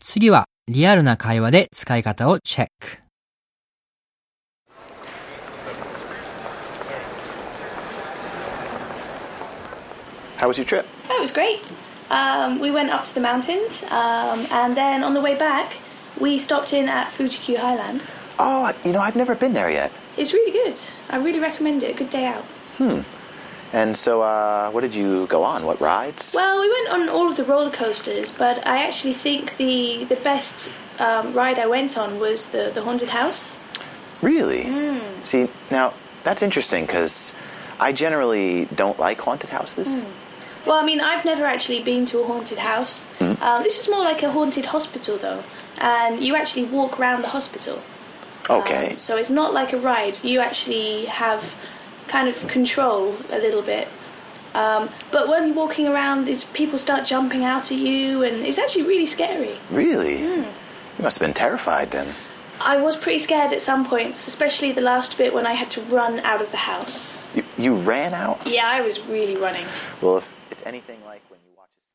次はリアルな会話で使い方をチェック。 How was your trip? Oh, it was great. Um, we went up to the mountains, um, and then on the way back, we stopped in at Fujiq Highland. Oh, you know, I've never been there yet. It's really good. I really recommend it. Good day out. And so, uh, what did you go on? What rides? Well, we went on all of the roller coasters, but I actually think the the best um, ride I went on was the the haunted house. really? See, now that's interesting because I generally don't like haunted houses. Well, I mean, I've never actually been to a haunted house. Um, this was more like a haunted hospital, though, and you actually walk around the hospital. Okay. Um, so it's not like a ride. You actually have kind of control a little bit. Um, but when you're walking around, these people start jumping out at you, and it's actually really scary. really? You must have been terrified then. I was pretty scared at some points, especially the last bit when I had to run out of the house. You, you ran out? Yeah, I was really running. Well, if it's anything like when you watch a